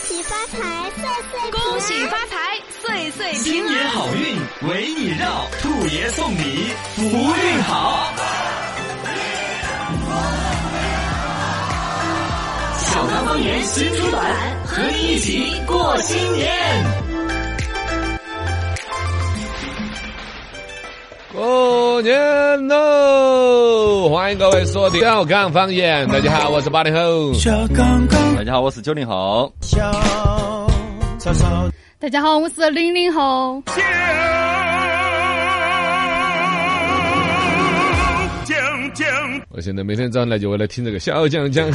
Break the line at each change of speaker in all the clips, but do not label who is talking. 财岁岁
恭喜发财，岁岁平
新
安。
年好运为你绕，兔爷送你福运好。小刚方言新出版，和你一起过新年。
过年喽！欢迎各位锁定小港方言。大家好，我是八零后。
小刚刚
大家好，我是九零后。
小草草
大家好，我是零零后。
我现在每天早上来就为了听这个小讲 讲，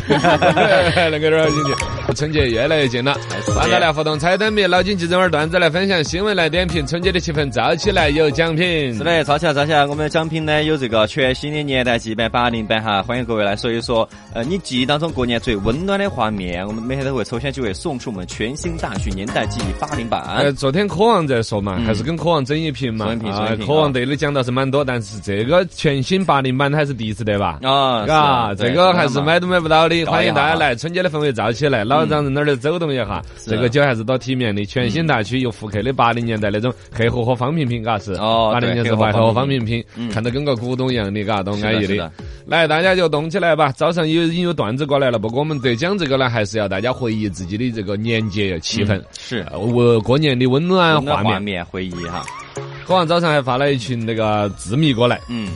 能够绕进去。春节越来越近了，玩个来互动猜灯谜，脑筋急转弯段子来分享，新闻来点评，春节的气氛燥起来，有奖品。
是，的，抄起来，抄起来！我们的奖品呢有这个全新的年代记忆版八零版哈，欢迎各位来说一说，呃，你记忆当中过年最温暖的画面，我们每天都会抽选几位送出我们全新大学年代记忆八零
呃，
版。
昨天科王在说嘛，还是跟科王争一瓶嘛
嗯争一。瓶争
啊
一，瓶
科王对的讲倒是蛮多，但是这个全新八零版的还是第一次得吧？
啊，是
啊，
对
这个还
是
是
的嘛
买都买不到的，
搞
欢迎
一下
大家
哈嗯
来，春节的氛围造起来，老让人那儿来走动一下。
是
这个酒还是多体面的，全新大区又复刻的八零年代那种黑火和方瓶瓶，嘎是。
哦
八零
对
年是
黑火
白
方
火
瓶
方瓶瓶，看到跟个古董一样的，嘎，多安逸
是的是啊
的
的。
来，大家就动起来吧！早上有已经有段子过来了，不过我们得讲这个呢，还是要大家回忆自己的这个年节气氛。
是
呃我过年的温暖
嗯温暖
画
画
面，
面回忆哈，
好像早上还发了一群那个字谜过来，
嗯，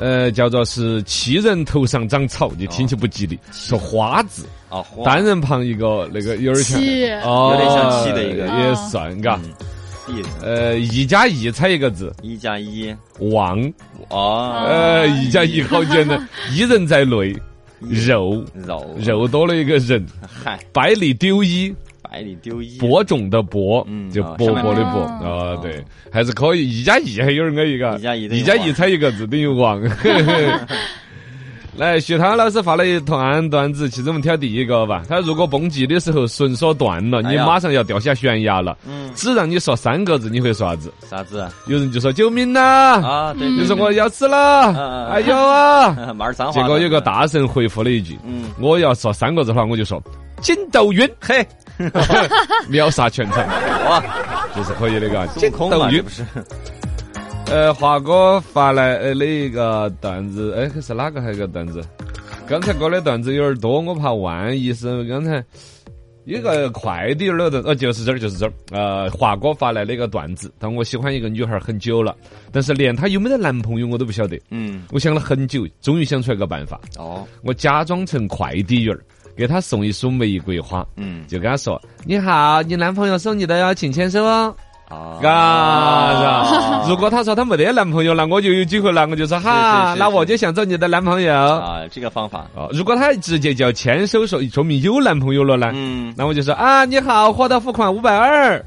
呃，叫做是七人头上长草，你听起不吉利，说花字，
哦，花
单人旁一个那个有点像，
七
哦，
有点像七的一个
也算嘎。
嗯一
呃，一加一猜一个字，
一加一
望。
哦，
呃，一加一好简单，一人在内，肉
肉
肉多了一个人，
嗨，
百里丢一，
百里丢一，
播种的播
嗯，
就
啊
波
上
波的
面
波
哦
啊，对，还是可以，一加一还有点安逸嘎，
一加一等于
一加一
王
猜一个字等于王。来，徐涛老师发了一段段子，其实我们挑第一个吧。他如果蹦极的时候绳索断了，
哎
你
呀
马上要掉下悬崖了。
嗯
只让你说三个字，你会说啥子？
啥子
有人就说救命呐，
啊？对，
就
对
是
对
我要死了，
嗯
哎呦 啊！
嗯马儿脏话
结
的，
果有个大神回复了一句
嗯：“
我要说三个字的话，我就说筋斗云，
嘿，
秒杀全场，
哇，啊
这是可以的嘎。
孙
筋
悟空
斗
嘛，这
云
不，是？
呃，华哥发来呃的一个段子，哎，是哪个还有个段子？刚才哥的段子有点多，我怕万一是刚才有个快递儿的段，呃，就是这儿，就是这儿。呃，华哥发来了一个段子，但我喜欢一个女孩儿呃很久了，但是连她有没得男朋友我都不晓得。
嗯，
我想了很久，终于想出来个办法，
哦，
我假装成快递员儿，给她送一束玫瑰花，
嗯，
就跟她说：“你好，你男朋友送你的哟，请签收哦。”
啊
啊，是吧？如果她说她没得男朋友，那我就有机会了，我就说
是
哈，
是
那我就想做你的男朋友。啊，
啊，这个方法，
如果她直接叫签收，说说明有男朋友了呢，
嗯，
那我就说啊，你好，货到付款五百二，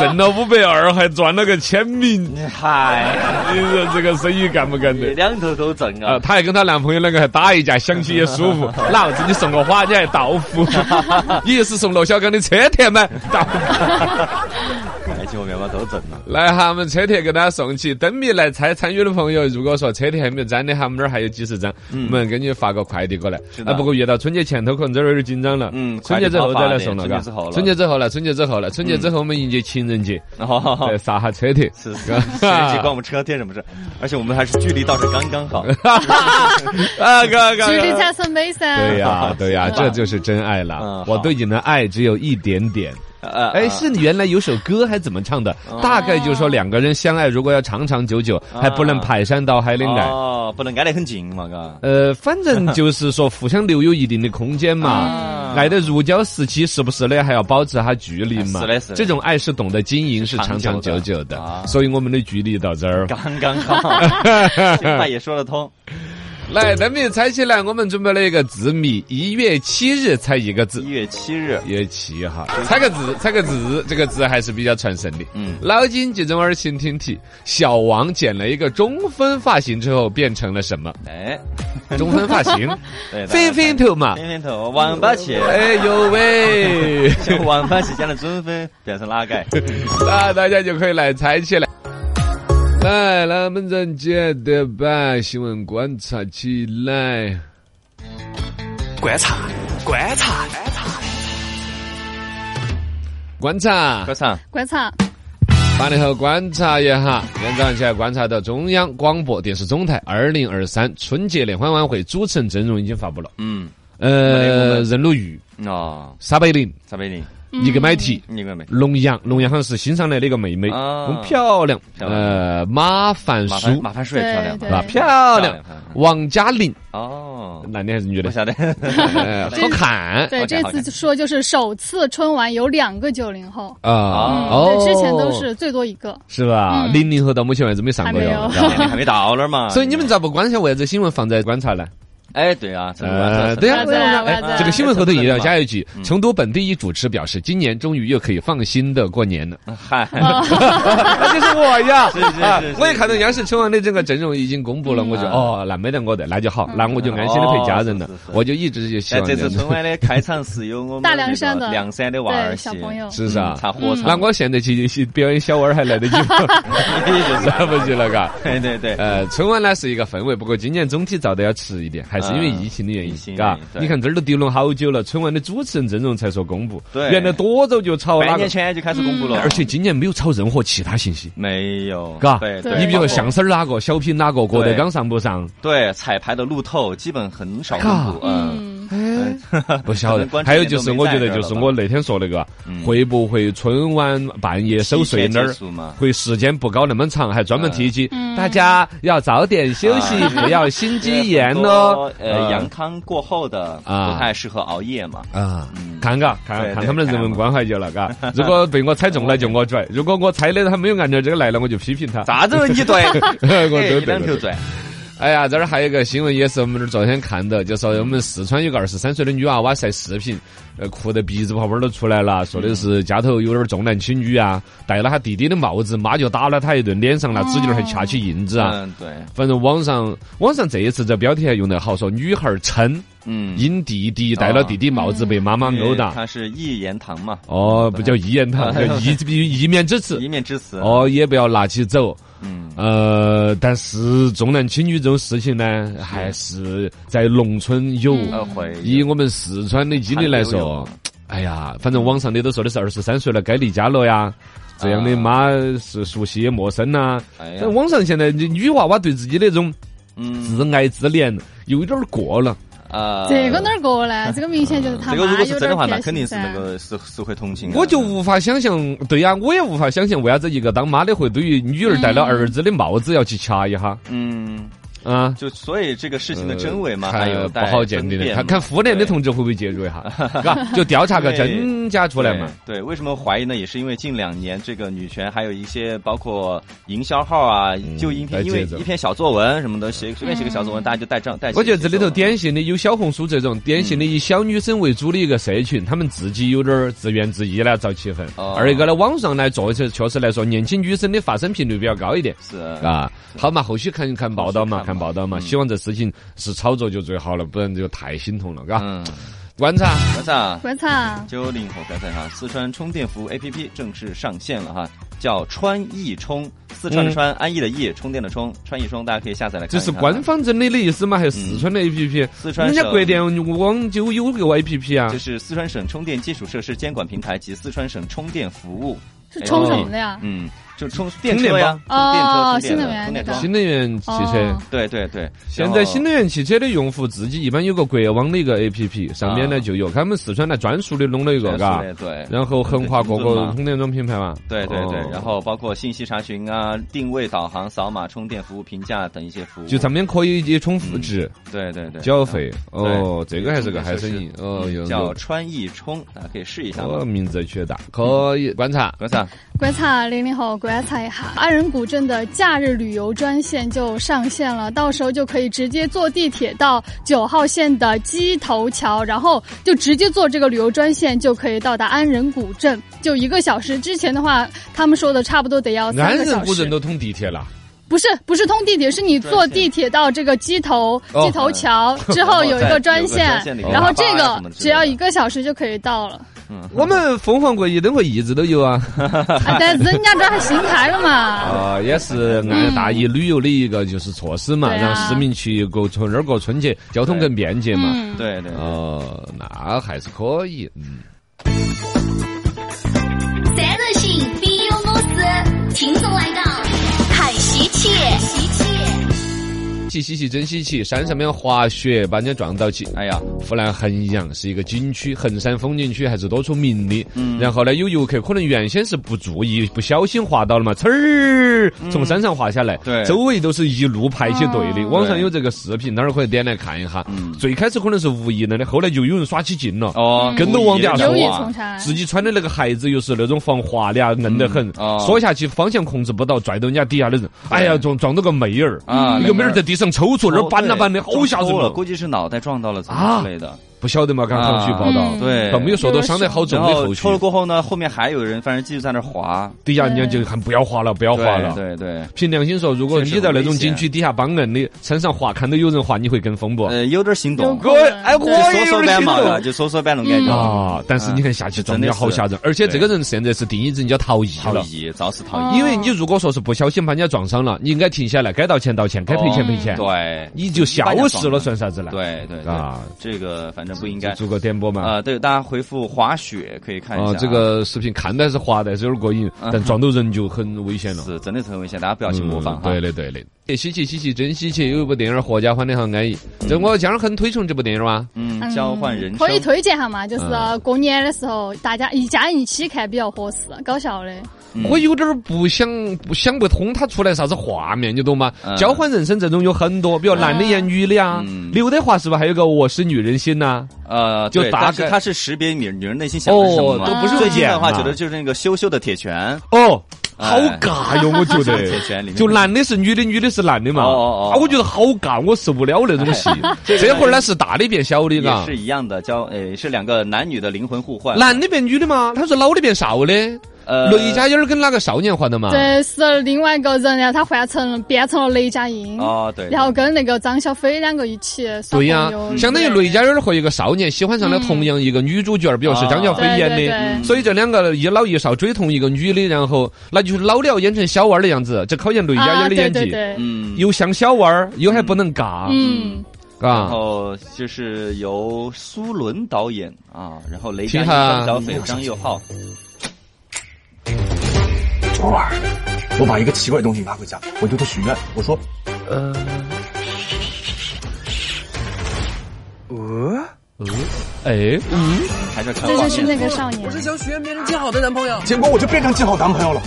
挣了五百二，还赚了个签名，你
嗨，
说这个生意干不干的？
两头都挣
啊，
啊，
她还跟她男朋友两个还打一架，想起也舒服。老子你送个花，你还到付，你又是送罗小刚的车贴吗？到付。
爱情和面包都啊挣了，
来哈，我们车贴给大家送起，灯谜来猜参与的朋友，如果说车贴还没有粘的哈，我们这儿还有几十张，我们给你发个快递过来。
嗯是的
啊，不过遇到春节前头可能这儿有点紧张了，
嗯
春节之后再来送了，
快递
嘎
发发的春节之后了
春节之后了，春节之后了，春节之后我们迎接情人节，
哦
来， 撒下车贴。
是是，是这关我们车贴什么事？而且我们还是距离到这刚刚好，
啊，哥哥
距离才是美噻。
对 呀，对呀，
是吧
这就是真爱
嗯
了。
好
我对你的爱只有一点点。
呃，哦
哎，
啊
是你原来有首歌还怎么唱的？大概就说两个人相爱，如果要长长久久，还不能排山倒海的爱。
啊哦，不能挨得很近嘛，嘎，
呃，反正就是说互相留有一定的空间
啊
嘛，爱的如胶似漆，时不时的还要保持下距离嘛。
是的是的
这种爱是懂得经营，是长
长
长久
久的
久的
啊。
所以我们的距离到这儿。
刚刚好， 这话也说得通，
来，灯谜猜起来，我们准备了一个字谜，一月七日猜一个字
一。月七日，
也七哈，猜个字，猜个字，这个字还是比较传神的。
嗯
脑筋急转弯，请听题：小王剪了一个中分发型之后，变成了什 么？
哎，
中分发型，
对，大
飞
家
飞头嘛
看，。飞飞头，王八 去，
哎呦喂！
像王八去讲的准分变成哪 个？
那啊大家就可以来猜起来。来，那我们人接着把新闻观察起来。
观察观察，
观察
歌。唱，
观察，
八零后观察一下，今天早上起来观察到中央广播电视总台二零二三春节联欢晚会主持人阵容已经发布了。
嗯，
呃，任鲁豫、
哦，
撒贝宁、
撒贝宁，
尼格买提、
你个没？
龙阳，龙阳好像是新上来的一个妹妹，
啊
很漂亮。
漂亮
呃，马凡
马
舒
凡马凡舒也漂亮，
对
啊，
对
漂亮
漂亮漂。亮
王嘉玲，
哦，
男的还是女
不
的？
晓得，
呃好看
对，
好
这
看好看
次说就是首次春晚有两个九零后，
啊！
哦
对，之前都是最多一个。
是吧？
嗯
零零后到目前为止没上过
还没。
哟
有
是吧
年龄 还没到那儿嘛。
所以你们咋不观察为啥子新闻放在观察呢？
哎，对啊，这
呃，
个
对呀，
为啥子
哎
为啥子
这个新闻后头也要加一句：
嗯
成都本地一主持表示，今年终于又可以放心的过年了。
嗨，
那就是我呀！
嗯 是是
啊
是是
我也看到央视春晚的这个阵容已经公布了，我就
嗯
哦，那没得我的，那就好，那我就安心的陪家人了
哦是是。是
我就一直就希
哎，
望
这次
这样
春晚的开场是有我们
大凉山
那个
的
凉山的娃
对，
儿戏
小， 朋友，
是不是啊
嗯？唱合
那
唱，
我现在去去表演小娃儿还来得及 吗？来不及了， 嘎。
对对对，
呃，春晚呢是一个氛围，不过今年总体造的要迟一点，还是因为疫情的原
疫
因，
情
嘎
原因。对
你看这儿都丢了好久了，春晚的主持人阵容才说公布，
对
原来多早就炒
半
哪
年
个，嗯
前就开始公布了，
而且今年没有炒任何其他信息，
没有，
嘎
对，
对
你比如说
包括
相声儿哪个，小品哪个，郭德
对
纲上不 上？
对彩排的路透基本很少公布，嗯，
嗯，
哎，不晓
可能
得。
观察
还有就
点
是，
都没
我觉
在
得
这儿
就
了
是
吧嗯
我那天说那个，会不会春晚半夜守岁那
提前结
儿
束嘛，
会时间不搞那么长，还专门提起
嗯
大家要早点休 息，不要心肌炎哦
哦，。呃，阳康过后的
啊
不太适合熬夜嘛，
啊
嗯，
看嘎，看
对
看
对
他们的人文
看嗯
关怀就了，嘎。如果被我猜中了就我 拽，如果我猜的他没有按照这个来了，我就批评他。
啥子你 对，
我
哎
都
一两
对
头。 对，
哎呀，这儿还有一个新闻，也是我们这儿昨天看的，就说我们四川有个二十三岁的女娃娃晒视频，呃，哭得鼻子泡泡都出来了，说的是家头有点重男轻女啊，戴了她弟弟的帽子，妈就打了她一顿，脸上拿指甲还掐起印子啊。
嗯对，
反正网上网上这一次这标题还用得好，说女孩儿称
嗯，
因弟弟戴了弟弟帽子被妈妈
因为
殴打。
他是一言堂嘛，
哦，不叫一言堂，叫一一一面之词
一。面之词，
哦，也不要拿起走。
嗯，
呃，但是重男轻女这种事情呢，还是在农村有。
呃会
以我们四川的经历来
还留
说
有，
哎呀，反正网上的都说的是二十三岁了该离家了
啊
呀，这样的妈是熟悉也陌生呐、
哎
但
呀，
网上现在这女娃娃对自己的这种
嗯
自爱自怜有一点儿过了。
啊，
这个哪儿过呢？这个明显就是他
这
妈
个如果是
有
真
点
的话，
儿
那
偏
肯定
心
是那
噻。
个是是会同情的。
我就无法想象，对呀、我也无法想象为啥子一个当妈的会对于女儿戴了儿子的帽子要去掐一下
嗯，
啊。
就所以这个事情的真伪嘛，
呃
还有
不
待
好鉴
分
定的。
辨
看
嘛
看妇联的
对
同志会不会介入一下， 嘎，就调查个真假出来嘛。
对。对，为什么怀疑呢？也是因为近两年这个女权，还有一些包括营销号啊，就一
嗯来
篇因为
接着
一篇小作文什么的，写随便写个小作
嗯
文，大家就带账带。
我觉得这里头典型的有小红书这种典型的以小女生为主的一个社群，他们自己有点儿自怨自艾了，造气氛。
哦
二一个呢，网上呢，做起确实来说，年轻女生的发生频率比较高一点。
是
啊，好嘛，后续看一看报道嘛，
后续看
看
嘛
报道嘛，
嗯
希望这事情是炒作就最好了，不然就太心痛了，嘎。
嗯，啊
观察，
晚上
观察，
九零后观察哈，四川充电服务 APP 正式上线了哈，叫川易充，四川的川，安逸的逸，充电的充，川易充，大家可以下载来看
嗯这
一看。啊嗯
是官方整理的意思嘛？还有四川的 APP，
四川
人家
省
国电网就有个 APP 啊
就。是四川省充电基础设施监管平台及四川省充电服务，
是冲什么的呀？
嗯，就充电车呀，
充电宝
充电车、充
哦新
电
能
的
源
充电
那个
桩
新，能源汽车
哦。
对对对。
现在新
的
能源汽车的用户自己一般有个国网的一个 A P P，上面
啊
呢就有，他们四川呢专属的弄了一个，啊嘎，
对。
然后横跨各
对
个
嘛
充电桩品牌嘛，
对对对
哦，
然后包括信息查询啊、定位导航、扫码充电服务评价等一些服务，
就上面可以也充负值
对对对
缴费，
嗯对
哦，这个还是个
充
好
电设
生
施
意，哦，有
叫
有，
川易充，大家可以试一下
哦，
嘛。
名字取得大，可以观察，
格萨，
观察零零后，观察一下，阿仁古镇的假日旅游专线就上线了，到时候就可以直接坐地铁到九号线的鸡头桥，然后就直接坐这个旅游专线就可以到达安仁古镇，就一个小时。之前的话，他们说的差不多得要
安
三个
仁
小
古镇
时。
都通地铁了，
不是不是通地铁，是你坐地铁到这个鸡头
哦
鸡头桥之后有一个专
然
线
后再有个专线里，面
然后这
有大巴呀什
个
么之类的
只要一个小时就可以到了。
嗯
我们凤凰国际灯会一直都有啊，
啊但是人家这儿还邢台了 嘛，
啊，也是按大一旅游的一个就是措施嘛，
嗯对啊
让市民去过从那儿过春节，交通更便捷嘛。
嗯，
哦
对对对，
哦，那还是可以。嗯。
请走来到海石切，石切，
稀稀奇，真稀奇！山上面滑雪把人家撞到起。
哎呀，
湖南衡阳是一个景区，衡山风景区还是多出名的。
嗯
然后呢，有游客可能原先是不注意，不小心滑倒了嘛，呲儿从山上滑下来，
嗯对
周围都是一路排起队的。
哦
网上有这个视频，大家可以点来看一下。最开始可能是无意的，后来就有人耍起劲了。
嗯哦，
跟着往底下
刘
说
宇
啊
从长安
自己穿的那个鞋子又是那种防滑的啊，硬得很
嗯哦，
说下去方向控制不到，拽到人家底下的人，哎呀，撞撞到个妹儿
啊
一个妹儿在地上抽搐，那儿搬了搬的，好吓人
了，
哦！
估计是脑袋撞到了怎
啊
么之类的，
不晓得嘛，刚刚去报道
嗯，
对，
但没有说到伤得好重
然
的
后
后续
抽，了过后呢，后面还有人，反正继续在那儿滑，
底下人家就喊不要滑了，不要滑
对
了。
对对。
凭良心说，如果你在那种景区底下帮硬的，山上滑，看到有人滑，你会跟风不？
呃，有点心动，
有
就
我哎，我
说
也有
说
点
白
心
嘛
动
的，。就说说白那种感觉。
啊！但是你看下
嗯
去真的好吓人，而且这个人现在是定义人叫逃逸
逃
了。
逸，肇事逃
哦
逸，
因为你如果说是不小心把人家撞伤了，你应该停下来，该道歉道歉，该赔钱赔钱，
对，
你就消失了算啥子呢？
哦对对对
啊，
这个反正不应该。
做个点播嘛。
啊，对，大家回复滑雪可以看一
啊
下，，
这个视频看的还是滑的，还是有点过瘾，但撞到人就很危险了。
是真的是很危险，大家不要去模仿
嗯
哈。
对的，对的。哎稀奇稀奇，真稀奇！有一部电影《合家欢》的很安逸，这我家人很推崇这部电影嘛。
嗯，
嗯
交换人生
可以推荐下嘛，就是
嗯
过年的时候，大家一家人一起看比较合适，搞笑的。
嗯
我有点儿不想不想不通它出来啥子画面，你懂吗？
嗯
交换人生这种有很多，比如男的演女的呀
嗯，
刘德华是不是还有个我是女人心呐？
呃，
就
对
大
但是
概
它是识别女女人内心想的是什么嘛，
哦
都不是
最
这
近的
样
话，
嘛
觉得就是那个羞羞的铁拳，
哦，
哎
好尬哟！我 觉
铁
得，
拳里面
就男的是女的，女的是男的嘛。
哦哦哦哎
啊，我觉得好尬，我受不了那种戏。 这会儿呢是大的变小的，
也
嘎
是。一样的交，呃，是两个男女的灵魂互换。
男的变女的嘛，他是老的变少的。
呃，
雷佳音儿跟哪个少年换的
啊
嘛？
这是另外一个人，然后他换成了变成了雷佳音，
哦，对，
然后跟那个张小斐两个一起耍朋
对呀
友，
相当于雷佳音儿和一个少年喜欢上了同样一个女主角儿，比如是张小斐
对
演
嗯对
的。
对，
所以这两个一老一少追同一个女的，然后那就是老的要演成小娃儿的样子，这考验雷佳音
啊
儿的
对
演
对
技，
对，
嗯，
又像小娃儿，又还不能尬，
嗯，
然
啊，
后就是由苏伦导演啊，然后雷佳
听
音、
哈
张小斐、张佑浩，
昨晚我把一个奇怪的东西拿回家，我对他许愿，我说，
哎，
还是看
嗯这
画
就是那
面。
个少年，
结果我就变成季好男朋友了。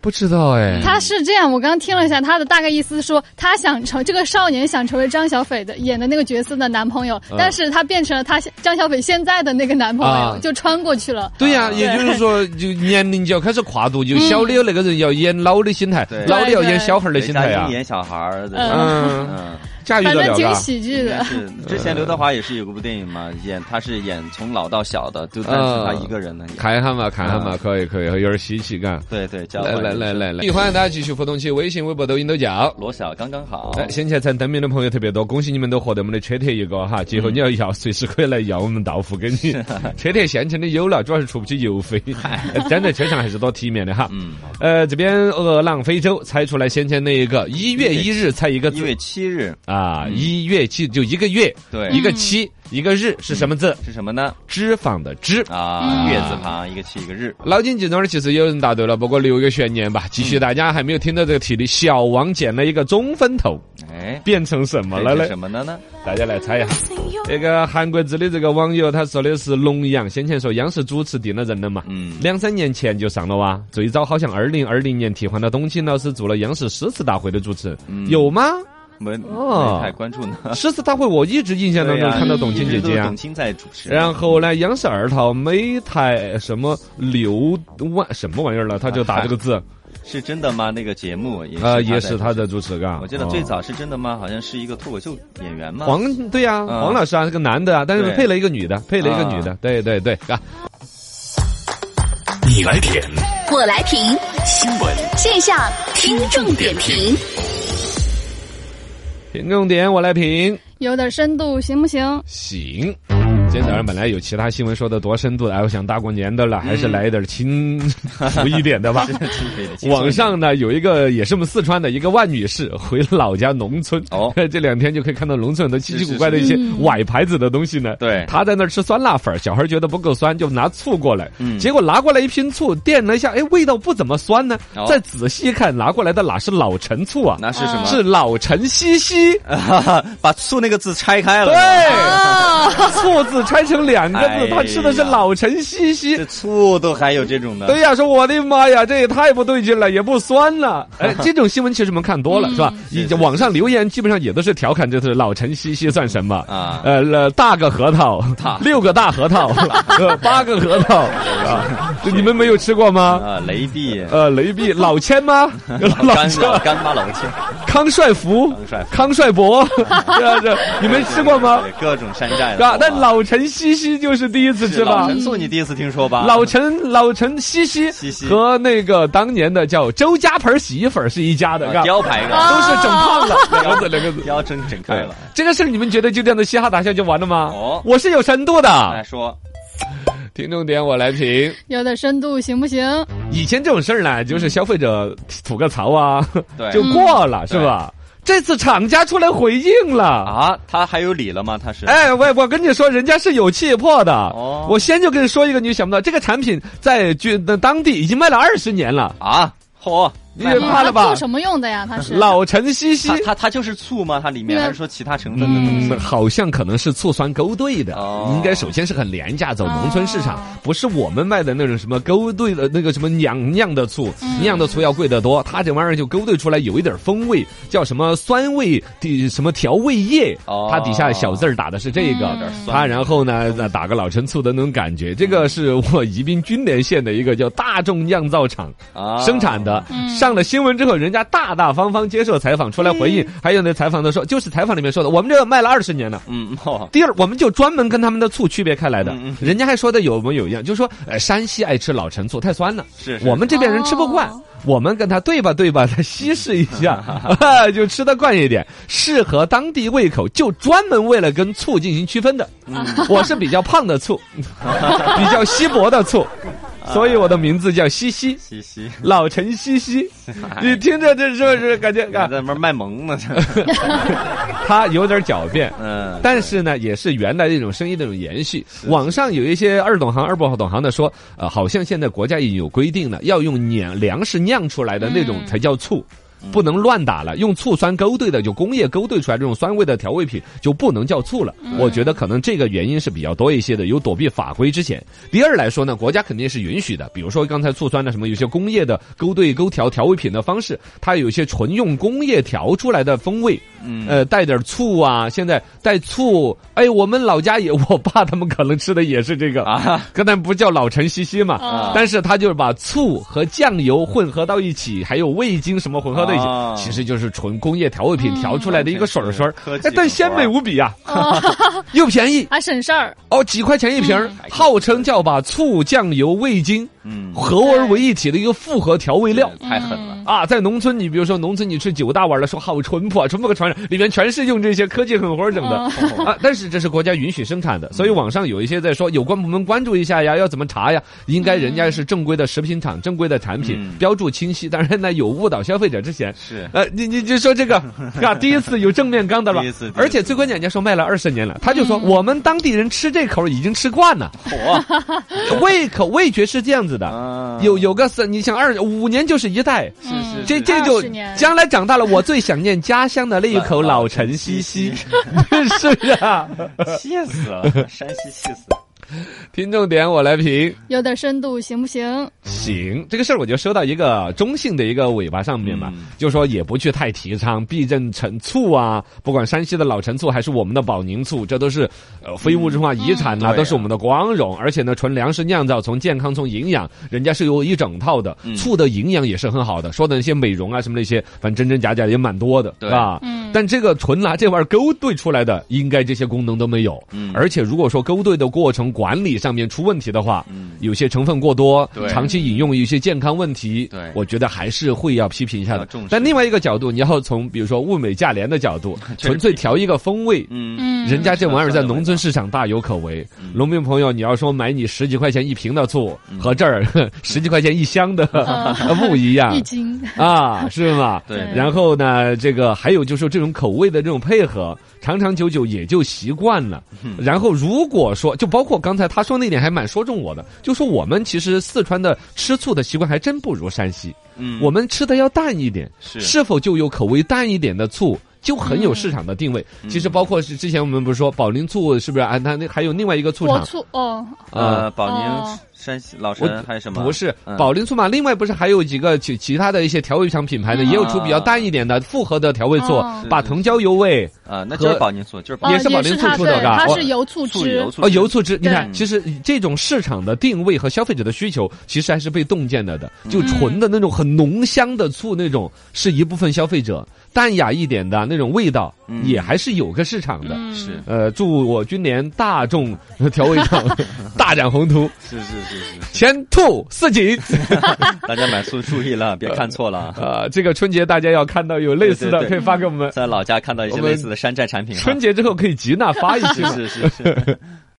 不知道哎，
他是这样，我刚听了一下他的大概意思是说，他想成这个少年想成为张小斐的演的那个角色的男朋友，但是他变成了他现张小斐现在的那个男朋友，
啊
就穿过去了。
对呀，也就是说，就年龄就要开始跨度，就小的那个人要演老的心态
对，
老的要演
嗯对对
小孩儿的
雷
心
佳
态呀
音，演小孩儿，对吧
嗯，
嗯，
驾驭
反
得
正
了
挺
嘎。
喜剧的，
是之前刘德华也是有部电影嘛，演他是演从老到小的，就但是他一个人呢。
嗯
演
看一下嘛，看一下
嗯
嘛，可以可以，有点稀奇感。
对对，叫
来来来来来，欢迎大家继续互动起微信、微博、抖音都叫。
罗小刚刚好。
哎，先前才登名的朋友特别多，恭喜你们都获得我们的车贴一个
嗯
哈！今后你要要，随时可以来要我们到付给你。车贴现成的有了，主要是出不起邮费，哎粘在车上还是多体面的哈。
嗯，
呃，这边饿浪非洲猜出来先前那一个一月一日猜一个
一
字
月七日，
啊，一月七就一个月，
对，
一个七，一个日是什么字？
是什么呢？
脂肪的脂。
啊，
嗯
月字旁一个七一个日。
脑筋急转弯其实有人答对了，不过留一个悬念吧。继
嗯
续，大家还没有听到这个题的，小王剪了一个中分头，
哎，
变成什么了
这
呢
是？什么呢呢？
大家来猜一下。这个韩国之的这个网友他说的是龙阳，先前说央视主持定了人了嘛，
嗯，
两三年前就上了哇。最早好像二零二零年替换了董卿老师做了央视诗词大会的主持人，
嗯
有吗？
没
哦
没太关注呢。
诗词大会我一直印象当
对
中
呀
看到董卿姐
一直都
姐
是
啊
董。卿在主持。
然后呢，央视二套每台什么六万什么玩意儿了，他就打这个字，
是真的吗？那个节目啊也
呃，
也
也是他。的哦主持嘎。
我记得最早是真的吗？好像是一个脱口秀演员嘛。
黄对呀、
啊
黄老师啊是个男的啊，但是
对
配了一个女的，配了一个女的，对对对啊。
你来舔，
我来评
新闻
线下听众点评。
评论点我来评，
有点深度行不行？
行。今天早上本来有其他新闻说的多深度的，哎，我想大过年的了，
嗯
还是来一点轻浮一点 的吧。网上呢有一个也是我们四川的一个万女士回老家农村，
哦 嗯
这两天就可以看到农村很多奇奇古怪的一些
是是是
崴牌子的东西呢。
对
她在那儿吃酸辣粉儿，小孩觉得不够酸，就拿醋过来，
嗯
结果拿过来一瓶醋，掂了一下，哎，味道不怎么酸呢
哦。
再仔细一看，拿过来的哪是老陈醋啊？
那是什么？
是老陈西 西，
把“醋”那个字拆开
啊
了。
对，
哦，
醋字拆成两个
哎
字，
呀
他吃的是老陈西
这
西。
醋都还有这种的。
对呀，说我的妈呀，这也太不对劲了，也不酸了。 哎，这种新闻其实我们看多了，是吧？
嗯是
以
是
网上留言基本上也都是调侃，这是老陈西西算什么
啊
呃，了大个核桃
大，
六个大核 桃，呃八个核桃啊，这你们没有吃过吗？
啊，雷碧、
呃，雷碧 老千吗？
老干
千
老干妈、老千，
康帅福
康帅、
康帅
福
伯， 对啊这你们 吃过 吗
对？？各种山寨的。
啊，那老陈西西就是第一次
是
吃
老
吧？
陈醋，你第一次听说吧？
老陈老陈西西
啊西西
和那个当年的叫周家盆洗衣粉是一家的，
啊
是吧
雕牌
都
的，
是整胖了，两个字两个字。
雕真整开了。
这个事儿你们觉得就这样的嘻哈打笑就完了吗？
哦哎
我是有深度
来
的，
啊说，
听重点我来评。
有点深度行不行？
以前这种事儿呢，就是消费者吐个槽啊，
对嗯
就过了，是吧？这次厂家出来回应了。
啊，他还有理了吗？他是
哎，我我跟你说，人家是有气魄的。
哦
我先就跟你说一个，你就想不到，这个产品在就当地已经卖了二十年了。
啊，嚯，
你
那
也怕了
他
吧
做？什么用的呀？他是
老陈西西
它，它它就是醋吗？它里面
对啊
还是说其他成分的东西？
嗯，好像可能是醋酸勾兑的，
哦
应该首先是很廉价，走农村市场
哦，
不是我们卖的那种什么勾兑的那个什么酿酿的醋，酿的醋要贵得多，它这玩意儿就勾兑出来有一点风味，叫什么酸味底什么调味液，
哦
它底下小字儿打的是这个
嗯有
点，酸
它然后呢再打个老陈醋的那种感觉，这个是我宜宾军连县的一个叫大众酿造厂。
啊
生产的。
嗯
上了新闻之后，人家大大方方接受采访，出来回应。还有那采访的说，就是采访里面说的，我们这个卖了二十年了。
嗯嗯，哦，
第二，我们就专门跟他们的醋区别开来的
嗯嗯。
人家还说的有模有样，就说呃，山西爱吃老陈醋，太酸了，
是是
我们这边人吃不惯
哦。
我们跟他对吧对吧，他稀释一下， 就吃得惯一点，适合当地胃口，就专门为了跟醋进行区分的。
嗯
我是比较胖的 醋，比较稀薄的醋，所以我的名字叫西西。
西西，
老陈西 西，你听着这是不是 感觉
还
啊？
在那边卖萌呢，
他有点狡辩。
嗯，
但是呢，也是原来的一种生意的一种延续。网上有一些二懂行、二不懂行的说，呃，好像现在国家已经有规定了，要用酿粮食酿出来的那种才叫醋，不能乱打了。用醋酸勾兑的，就工业勾兑出来这种酸味的调味品就不能叫醋了。我觉得可能这个原因是比较多一些的，有躲避法规之嫌。第二来说呢，国家肯定是允许的，比如说刚才醋酸的什么，有些工业的勾兑勾调调味品的方式，它有一些纯用工业调出来的风味。呃，带点醋啊，现在带醋。哎，我们老家也，我爸他们可能吃的也是这个
啊
啊，可能不叫老陈西西嘛，
哦
但是他就是把醋和酱油混合到一起，还有味精什么混合到一起，
啊
其实就是纯工业调味品调出来的一个水儿水儿
嗯科技，
哎，但鲜美无比啊， 又便宜
还省事儿，
哦，几块钱一瓶儿，号称叫把醋、酱油、味精
嗯，
合而为一体的一个复合调味料。
太狠
嗯
了，
啊，在农村，你比如说农村，你吃九大碗了，说好淳朴啊，淳朴个传染，里面全是用这些科技狠活整的、啊。但是这是国家允许生产的，所以网上有一些在说有关部门关注一下呀，要怎么查呀？应该人家是正规的食品厂，正规的产品，
嗯
标注清晰。当然呢，有误导消费者之嫌。
是
呃，你你就说这个 啊，第一次有正面刚的了
第一次第一，次
而且最关键，人家说卖了二十年了，他就说我们当地人吃这口已经吃惯了，
火
胃口味觉是这样子的。
啊，
有有个是，你想二五年就是一代，
是是
这
是
这就
20年嗯
将来长大了，我最想念家乡的那一口老陈西西， 是不是啊？
气死 了，山西气死了，
听众点我来评，
有点深度行不行？
行，这个事儿我就收到一个中性的一个尾巴上面嘛，
嗯
就说也不去太提倡避震陈醋啊，不管山西的老陈醋还是我们的保宁醋，这都是呃非物质文化遗产呐、
对啊
都是我们的光荣，而且呢，纯粮食酿造，从健康从营养，人家是有一整套的，
嗯
醋的营养也是很好的，说的那些美容啊什么那些，反正真真假假也蛮多的，
对
是吧？
嗯
但这个纯拿这玩意儿勾兑出来的，应该这些功能都没有。
嗯
而且如果说勾兑的过程管理上面出问题的话，
嗯
有些成分过多
对，
长期饮用有一些健康问题，
对
我觉得还是会要批评一下
要
的
重视。
但另外一个角度，你要从比如说物美价廉的角度
，确实
纯粹调一个风味，
嗯，
嗯，
人家这玩意儿在农村市场大有可为。农民朋友，你要说买你十几块钱一瓶的醋
嗯
和这儿 十几块钱一箱的 不一样
一斤，
啊，是吗？
对
对
然后呢，这个还有就是说这种口味的这种配合，长长久久也就习惯了。
嗯
然后如果说，就包括刚才他说那点还蛮说中我的，就说我们其实四川的吃醋的习惯还真不如山西，
嗯
我们吃的要淡一点，
是
是否就有口味淡一点的醋？就很有市场的定位。
嗯
其实包括是之前我们不是说宝林醋是不是啊？它那还有另外一个醋
国
厂
醋哦，
啊
呃，宝宁
哦、
山西、老
我
陈还有什么？
不是
嗯
宝林醋嘛？另外不是还有几个其其他的一些调味厂品
啊
牌呢，也有出比较淡一点的复合的调味醋
哦，
嗯
把藤椒油味
啊，那就是
和
宝宁醋，就是宝
哦
也
宁
是保龄
它
醋出
对
的嘎
它
哦
是油醋
醋
汁
油，醋
哦油醋汁。你
对
看，其实这种市场的定位和消费者的需求，其实还是被洞见了的。
嗯
就纯的那种很浓香的醋那种，是一部分消费者；淡雅一点的那种味道
嗯，
也还是有个市场的。
嗯
是
呃，祝我军联大众调味 厂大展宏图，
是是是是，是
前途似锦。
大家买醋注意了，别看错了 啊。
呃，这个春节大家要看到有类似的，
对对对
可以发给我们。
在老家看到一些
我们
类似的山寨产品哈，啊
春节之后可以集纳发一些
是
嘛。
是是是，